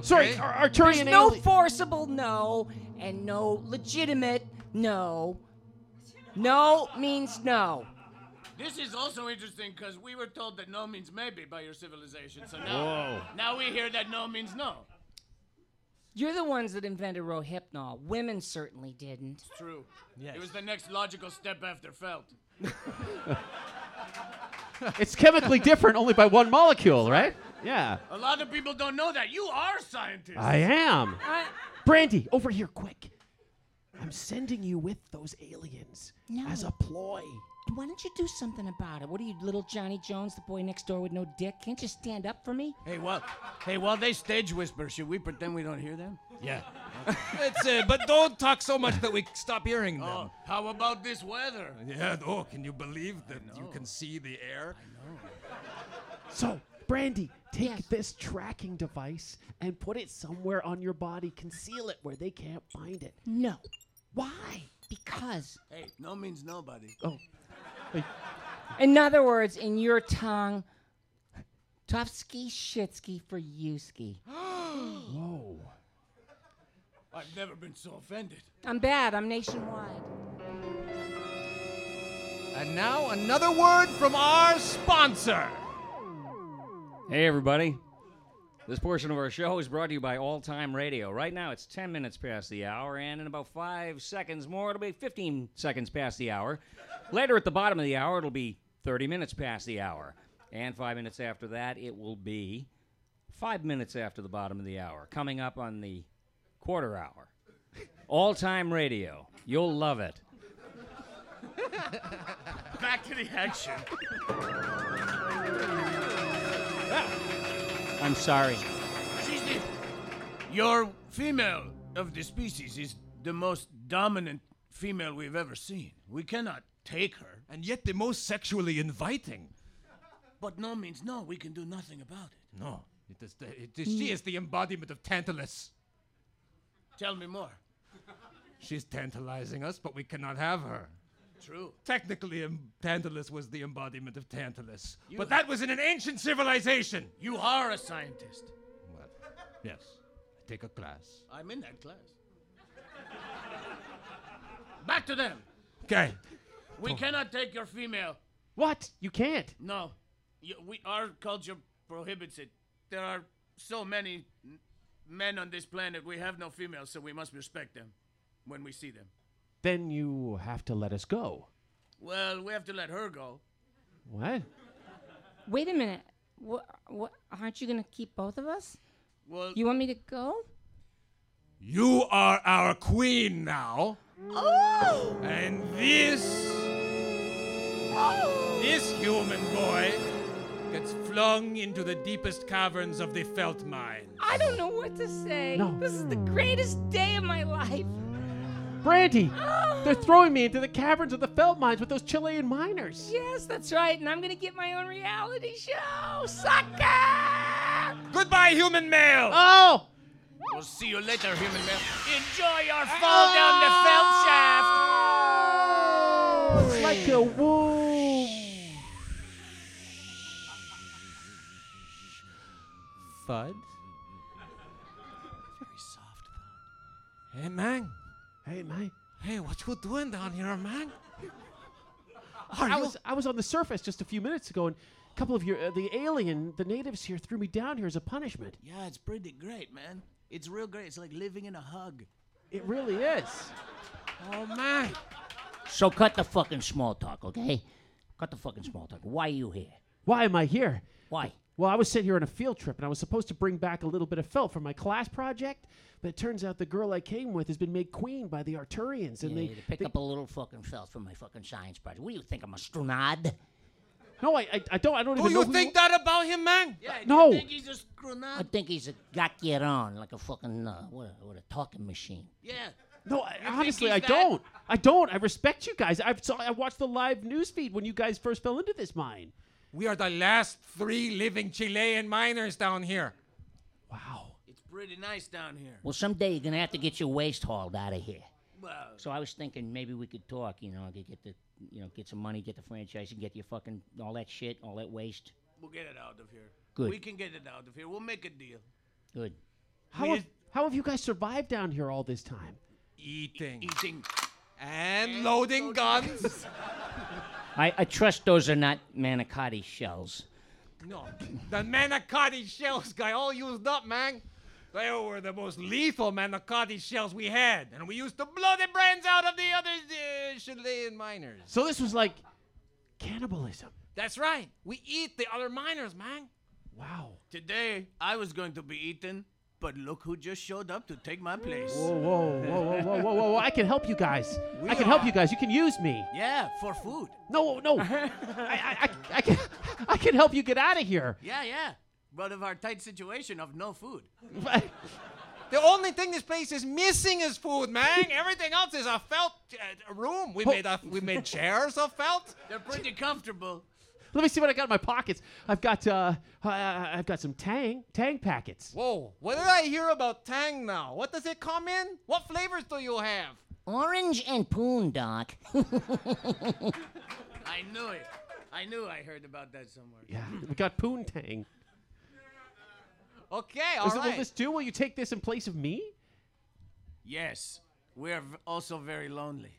S16: Sorry, Ar- Arturian
S9: There's no
S16: alien-
S9: forcible no and no legitimate no. No means no.
S12: This is also interesting because we were told that no means maybe by your civilization. So now,
S9: Whoa.
S12: now we hear that no means no.
S9: You're the ones that invented Rohypnol. Women certainly didn't.
S12: It's true. It was the next logical step after felt.
S4: It's chemically different only by one molecule, right?
S16: Yeah.
S12: A lot of people don't know that. You are scientists.
S16: I am.
S9: I-
S16: Brandy, over here, quick. I'm sending you with those aliens as a ploy.
S9: Why don't you do something about it? What are you, little Johnny Jones, the boy next door with no dick? Can't you stand up for me?
S12: Hey, well, hey, while they stage whisper, should we pretend we don't hear them?
S11: Yeah. That's it. But don't talk so much that we stop hearing them.
S12: Oh, how about this weather?
S11: Yeah. Oh, can you believe that you can see the air?
S16: So, Brandy, take this tracking device and put it somewhere on your body. Conceal it where they can't find it.
S9: No.
S16: Why?
S9: Because.
S12: Hey, no means nobody.
S16: Oh.
S9: In other words, in your tongue, Tofsky Shitsky for Yuski.
S16: Whoa.
S12: I've never been so offended.
S9: I'm bad. I'm nationwide.
S11: And now another word from our sponsor.
S6: Hey, everybody. This portion of our show is brought to you by All Time Radio. Right now, it's 10 minutes past the hour, and in about five seconds more, it'll be 15 seconds past the hour. Later at the bottom of the hour, it'll be 30 minutes past the hour. And five minutes after that, it will be five minutes after the bottom of the hour, coming up on the quarter hour. All Time Radio. You'll love it.
S12: Back to the action.
S6: I'm sorry.
S12: She's the. Your female of the species is the most dominant female we've ever seen. We cannot take her.
S11: And yet the most sexually inviting.
S12: But no means no. We can do nothing about it.
S11: No. It is the, it is,
S12: Mm.
S11: she is the embodiment of Tantalus.
S12: Tell me more.
S11: She's tantalizing us, but we cannot have her.
S12: True.
S11: Technically, um, Tantalus was the embodiment of Tantalus.
S12: You-
S11: but that was in an ancient civilization.
S12: You are a scientist.
S11: Well, yes. I take a class.
S12: I'm in that class. Back to them.
S11: Okay.
S12: We cannot take your female.
S16: What? You can't.
S12: No. You, we, our culture prohibits it. There are so many n- men on this planet. We have no females, so we must respect them when we see them.
S4: Then you have to let us go.
S12: Well, we have to let her go.
S4: What?
S17: Wait a minute. What, what, aren't you going to keep both of us?
S12: Well,
S17: You want me to go?
S11: You are our queen now.
S17: Oh!
S11: And this. This human boy gets flung into the deepest caverns of the felt mine.
S17: I don't know what to say. This is the greatest day of my life.
S4: Brandy! They're throwing me into the caverns of the felt mines with those Chilean miners.
S17: Yes, that's right. And I'm going to get my own reality show. Sucker!
S11: Goodbye, human male!
S4: Oh!
S12: We'll see you later, human male.
S11: Enjoy your
S17: Ah.
S12: fall down the felt
S11: shaft!
S4: It's like a womb.
S18: Thud?
S11: Very soft, though. Hey, man.
S4: Hey, man.
S11: Hey, what you doing down here, man?
S4: I was I was on the surface just a few minutes ago, and a couple of your uh, the alien, the natives here threw me down here as a punishment.
S12: Yeah, it's pretty great, man. It's real great. It's like living in a hug.
S4: It really is.
S12: Oh, man.
S9: So cut the fucking small talk, okay? Cut the fucking small talk. Why are you here?
S4: Why am I here?
S9: Why?
S4: Well, I was sent here on a field trip, and I was supposed to bring back a little bit of felt for my class project, but it turns out the girl I came with has been made queen by the Arturians, and they
S9: Yeah, to pick up a little fucking felt from my fucking science project. What do you think? I'm a strunad?
S4: No, I, I, I don't. I don't
S9: Do
S4: even
S9: you
S4: know who
S9: think
S11: that about him, man?
S9: Yeah,
S4: no.
S9: he's a strunad? I think he's a gakiron, like a fucking, uh, what, a, what a talking machine.
S12: Yeah.
S4: No, I, honestly,
S9: he's
S4: I
S9: that?
S4: don't. I don't. I respect you guys. I've saw, I watched the live news feed when you guys first fell into this mine.
S11: We are the last three living Chilean miners down here.
S12: It's pretty nice down here.
S9: Well, someday you're gonna have to get your waste hauled out of here.
S12: Well,
S9: So I was thinking maybe we could talk. You know, I could get the, you know, get some money, get the franchise, and get your fucking all that shit, all that waste.
S12: we'll get it out of here.
S9: Good.
S12: We can get it out of here. We'll make a deal.
S9: Good.
S4: How have, how have you guys survived down here all this time?
S11: Eating.
S12: Eating.
S11: And loading guns.
S9: I, I trust those are not manicotti shells.
S11: no. The manicotti shells got all used up, man. They were the most lethal manicotti shells we had, and we used to blow the brains out of the other uh, Chilean miners.
S4: So this was like cannibalism.
S11: That's right. We eat the other miners, man.
S4: Wow.
S12: Today, I was going to be eaten, but look who just showed up to take my place.
S4: Whoa, whoa, whoa, whoa, whoa, whoa, whoa! I can help you guys. I can help you guys. You can use me.
S12: Yeah, for food.
S4: No, no. I, I, I, I can, I can help you get out of here.
S12: Yeah, yeah. But of our tight situation of no food.
S11: The only thing this place is missing is food, man. Everything else is a felt uh, room. We made a, we made chairs of felt.
S12: They're pretty comfortable.
S4: Let me see what I got in my pockets. I've got, uh, I, I've got some Tang, Tang packets.
S11: Whoa, Oh, what did I hear about Tang now? What does it come in? What flavors do you have?
S9: Orange and poon, Doc.
S12: I knew it. I knew I heard about that somewhere.
S4: Yeah, we got poontang.
S11: Okay, all
S4: Is it, will
S11: right.
S4: this do? Will you take this in place of me?
S12: Yes, we are v- also very lonely.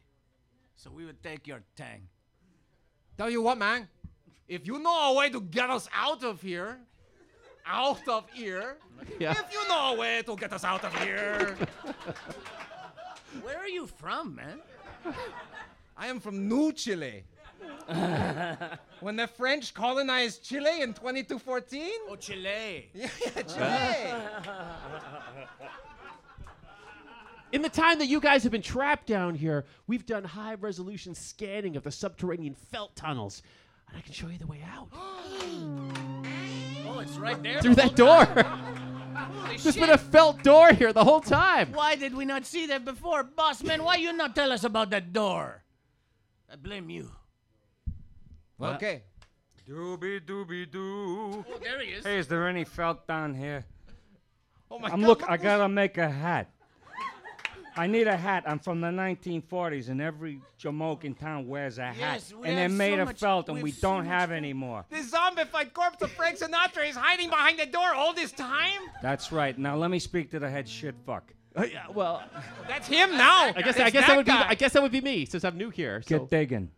S12: So we would take your tang.
S11: Tell you what, man. If you know a way to get us out of here, out of here.
S4: Yeah.
S11: If you know a way to get us out of here.
S12: Where are you from, man?
S11: I am from New Chile. when the French colonized Chile in 2214?
S12: Oh, Chile.
S11: Yeah, Chile.
S4: In the time that you guys have been trapped down here, we've done high resolution scanning of the subterranean felt tunnels. And I can show you the way out.
S12: Oh, it's right there.
S4: Through
S12: the
S4: that door.
S12: whole time. Holy
S4: There's
S12: shit.
S4: been a felt door here the whole time.
S12: Why did we not see that before? Boss man, why you not tell us about that door? I blame you.
S11: Okay.
S6: Doobie doobie doo.
S12: Oh, there he is.
S6: Hey, is there any felt down here?
S11: Oh
S12: my
S6: I'm
S12: God,
S6: look.
S12: look
S6: I
S12: who's-
S6: gotta make a hat. I need a hat. I'm from the 1940s, and every Jamoke in town wears a hat,
S11: Yes, we
S6: and they're
S11: have so
S6: made of
S11: much-
S6: felt,
S11: we
S6: and we
S11: have so
S6: don't
S11: much
S6: have any more.
S11: This zombified corpse of Frank Sinatra is hiding behind the door all this time?
S6: That's right. Now let me speak to the head shit fuck.
S4: well,
S11: That's him now.
S4: I guess
S11: It's
S4: I guess that,
S11: that
S4: would be
S11: guy.
S4: I guess that would be me since I'm new here. So
S6: Get digging.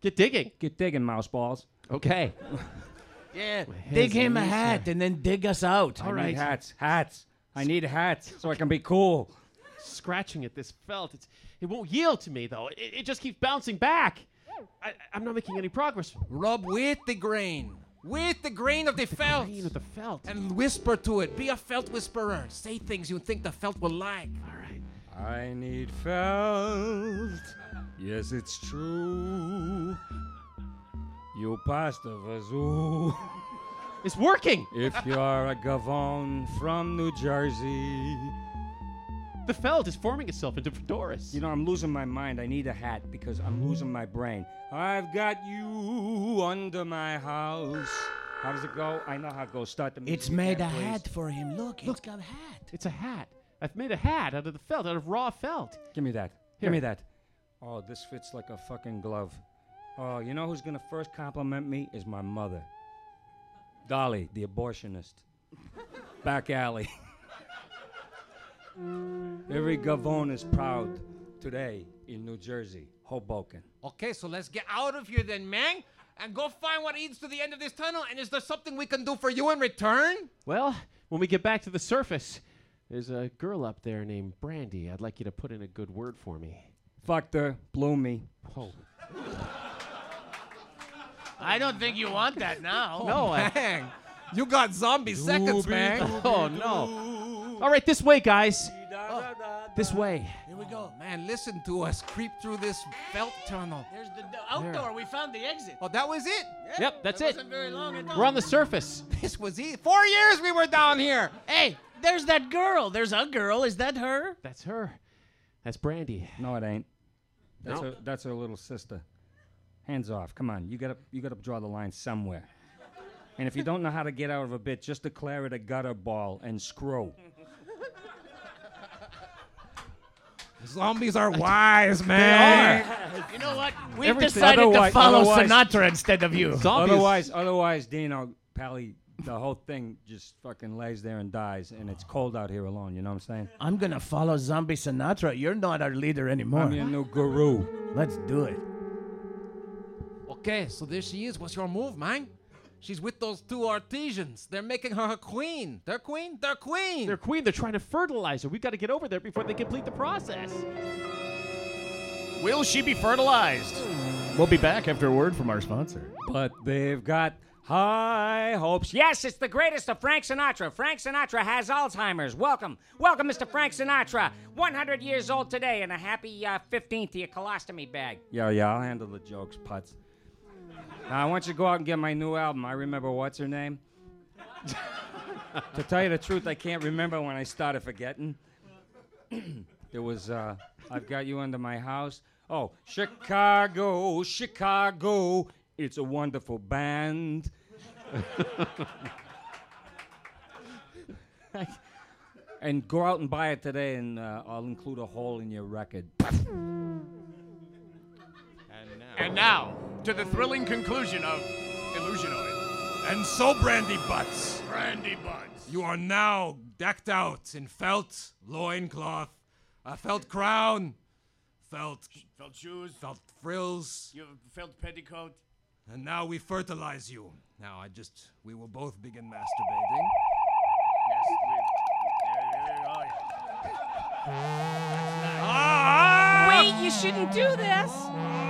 S4: Get digging.
S6: Get digging, mouse balls.
S4: Okay.
S12: Yeah.
S19: Dig him a hat
S12: and then dig us out.
S19: All
S12: All
S19: right.
S12: right.
S19: hats, hats. I need hats so I can be cool.
S4: Scratching at this felt. It's, it won't yield to me, though. It, it just keeps bouncing back. I, I'm not making any progress.
S13: Rub with the grain. With the grain of the felt.
S4: grain of the felt.
S13: And whisper to it. Be a felt whisperer. Say things you think the felt will like.
S6: I need felt. Yes, it's true. You passed the Vazoo.
S4: It's working.
S6: If you are a Gavon from New Jersey.
S4: The felt is forming itself into Doris.
S19: You know, I'm losing my mind.
S6: I need a hat because I'm losing my brain. I've got you under my house. How does it go? I know how it goes. Start the music.
S12: It's made
S6: again,
S12: a
S6: please.
S12: hat for him. Look, it's got a hat.
S4: It's a hat. I've made a hat out of the felt, out of raw felt.
S6: Give me that.
S4: Here.
S6: Give me that. Oh, this fits like a fucking glove. Oh, you know who's gonna first compliment me is my mother. Dolly, the abortionist. Back alley. Every Gavon is proud today in New Jersey, Hoboken.
S13: Okay, so let's get out of here then, man. And go find what leads to the end of this tunnel. And is there something we can do for you in return?
S4: Well, when we get back to the surface, there's a girl up there named Brandy. I'd like you to put in a good word for me.
S6: Fucked her, blew me.
S4: Oh.
S12: I don't think you want that now. Oh,
S4: No, I-
S13: Dang. You got zombie seconds, man.
S4: Oh, no. All right, this way, guys. This way.
S13: Here we go. Man, listen to us creep through this felt tunnel.
S12: There's the outdoor. We found the exit.
S13: Oh, that was it.
S4: Yep, that's
S12: that
S4: it.
S12: wasn't very long at all.
S4: We're on the surface.
S13: This was it. Four years we were down here.
S12: Hey, there's that girl. There's a girl. Is that her?
S4: That's her. That's Brandy.
S6: No, it ain't. That's,
S4: No.
S6: her, that's her little sister. Hands off. Come on. You gotta you gotta draw the line somewhere. And if you don't know how to get out of a bit, just declare it a gutter ball and screw.
S13: Zombies are wise,
S6: man.
S12: You know what? We've
S6: Everything-
S12: decided
S6: Otherwise-
S12: to follow
S6: otherwise-
S12: Sinatra instead of you.
S6: Otherwise, otherwise, Dino, Pally, the whole thing just fucking lays there and dies, and it's cold out here alone. You know what I'm saying?
S12: I'm gonna follow Zombie Sinatra. You're not our leader anymore.
S6: I'm your new guru.
S12: Let's do it.
S13: Okay, so there she is. What's your move, man? She's with those two artisans. They're making her a queen. Their queen? Their queen.
S4: Their queen, they're trying to fertilize her. We've got to get over there before they complete the process.
S20: Will she be fertilized? We'll be back after a word from our sponsor.
S6: But they've got high hopes.
S19: Yes, it's the greatest of Frank Sinatra. Frank Sinatra has Alzheimer's. Welcome. Welcome, Mr. Frank Sinatra. 100 years old today and a happy uh, 15th to your colostomy bag.
S6: Yeah, yeah, I'll handle the jokes, putz. Now, I want you to go out and get my new album. I remember what's her name. to tell you the truth, I can't remember when I started forgetting. there was, uh, I've got you under my house. Oh, Chicago, Chicago, it's a wonderful band. and go out and buy it today, and uh, I'll include a hole in your record.
S21: And now, to the thrilling conclusion of Illusionoid. And so, Brandy Butts. Brandy Butts.
S11: You are now decked out in felt loincloth, a felt crown, felt
S21: Felt shoes.
S11: felt frills,
S21: You felt petticoat.
S11: and now we fertilize you. Now I just we will both begin masturbating.
S21: Yes, we. There you go.
S9: Wait, you shouldn't do this.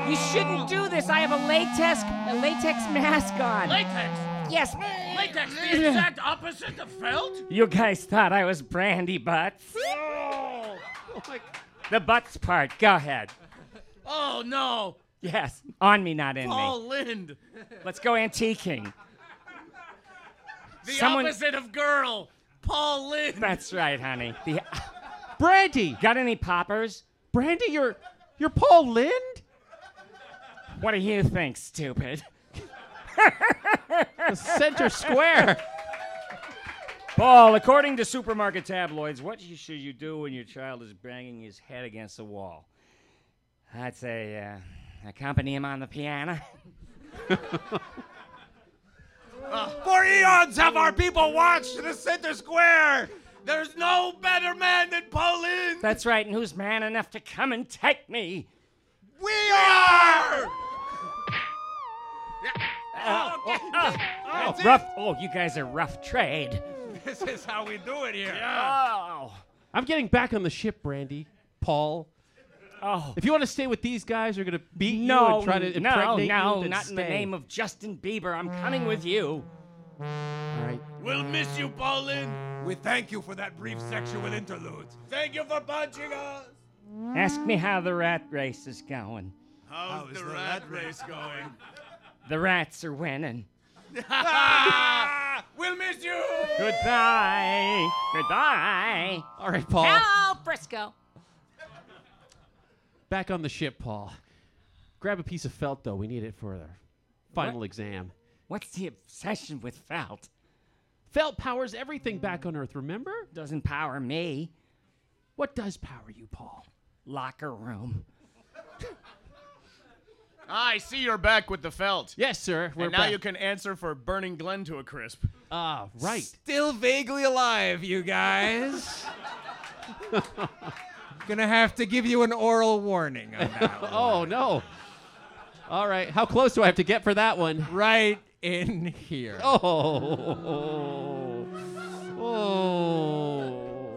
S9: You shouldn't do this. I have a latex a latex mask on.
S21: Latex.
S9: Yes.
S21: Latex, the exact opposite of felt?
S19: You guys thought I was Brandy Butts?
S21: Oh, my
S19: The butts part, go ahead.
S12: Oh no,
S19: Yes, on me, not in me.
S12: Paul Lind,
S19: Let's go antiquing.
S12: the
S19: Someone-
S12: opposite of girl. Paul Lind.
S19: That's right, honey. The-
S4: Brandy!
S19: Got any poppers?
S4: Brandy, you're you're Paul Lind?
S19: What do you think, stupid?
S4: The center square.
S19: Paul, according to supermarket tabloids, what you- should you do when your child is banging his head against the wall? I'd say uh, accompany him on the piano.
S11: For eons have our people watched the center square. There's no better man than Pauline.
S19: That's right, and who's man enough to come and take me?
S11: We are.
S6: That's rough. Oh, you guys are rough trade.
S22: This is how we do it here.
S4: I'm getting back on the ship, Brandy. Paul.
S6: Oh.
S4: If you want to stay with these guys, they're going to beat you
S6: No,
S4: and try to
S6: no,
S4: impregnate you.
S6: no,
S4: then
S6: not in the
S4: stay.
S6: name of Justin Bieber. I'm coming with you.
S4: All right.
S11: We'll miss you, Paulin. We thank you for that brief sexual interlude. Thank you for punching us.
S6: Ask me how the rat race is going.
S11: How's, the, rat, race going?
S6: The rats are winning.
S11: we'll miss you.
S6: Goodbye. Goodbye.
S4: All right, Paul.
S9: Hello, Frisco.
S4: Back on the ship, Paul. Grab a piece of felt, though. We need it for our final
S6: What?
S4: exam.
S6: What's the obsession with felt?
S4: Felt powers everything back on Earth, remember?
S6: Doesn't power me.
S4: What does power you, Paul?
S6: Locker room.
S12: Ah, I see you're back with the felt.
S4: Yes, sir.
S12: and now you can answer for burning Glenn to a crisp.
S4: Ah, right.
S13: Still vaguely alive, you guys. Gonna have to give you an oral warning on that.
S4: oh no. All right. How close do I have to get for that one?
S13: Right in here.
S4: Oh. Oh.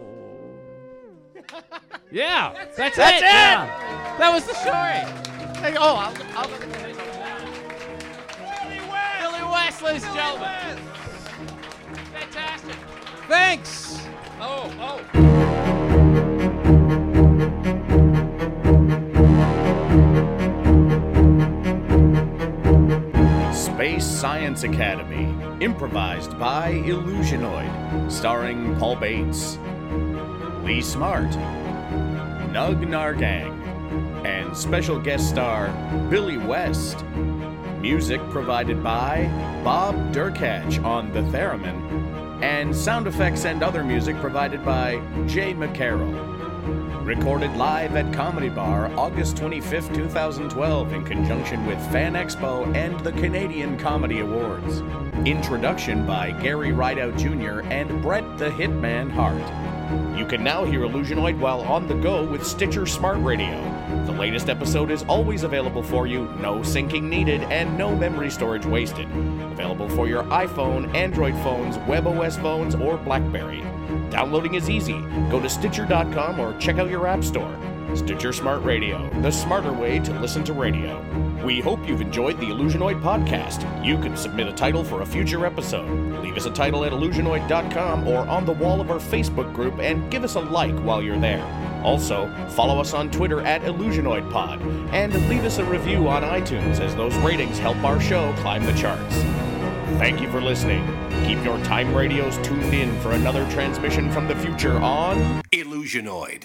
S4: Yeah. That's, it.
S13: That's it.
S4: Yeah. That was the story. Hey, oh, I'll, I'll, Billy West, ladies and gentlemen. Fantastic.
S13: Thanks.
S4: Oh, oh.
S7: Space Science Academy, improvised by Illusionoid, starring Paul Bates, Lee Smart, Nug Nargang, and special guest star Billy West. Music provided by Bob Durkach on the theremin, and sound effects and other music provided by Jay McCarroll. Recorded live at Comedy Bar August 25th, 2012, in conjunction with Fan Expo and the Canadian Comedy Awards. Introduction by Gary Rideout Jr. and Brett the Hitman Hart. You can now hear Illusionoid while on the go with Stitcher Smart Radio. The latest episode is always available for you, no syncing needed, and no memory storage wasted. Available for your iPhone, Android phones, WebOS phones, or Blackberry. Downloading is easy. Go to Stitcher.com or check out your app store. Stitcher Smart Radio, the smarter way to listen to radio. We hope you've enjoyed the Illusionoid podcast. You can submit a title for a future episode. Leave us a title at illusionoid.com or on the wall of our Facebook group and give us a like while you're there. Also, follow us on Twitter at IllusionoidPod and leave us a review on iTunes as those ratings help our show climb the charts. Thank you for listening. Keep your time radios tuned in for another transmission from the future on
S23: Illusionoid.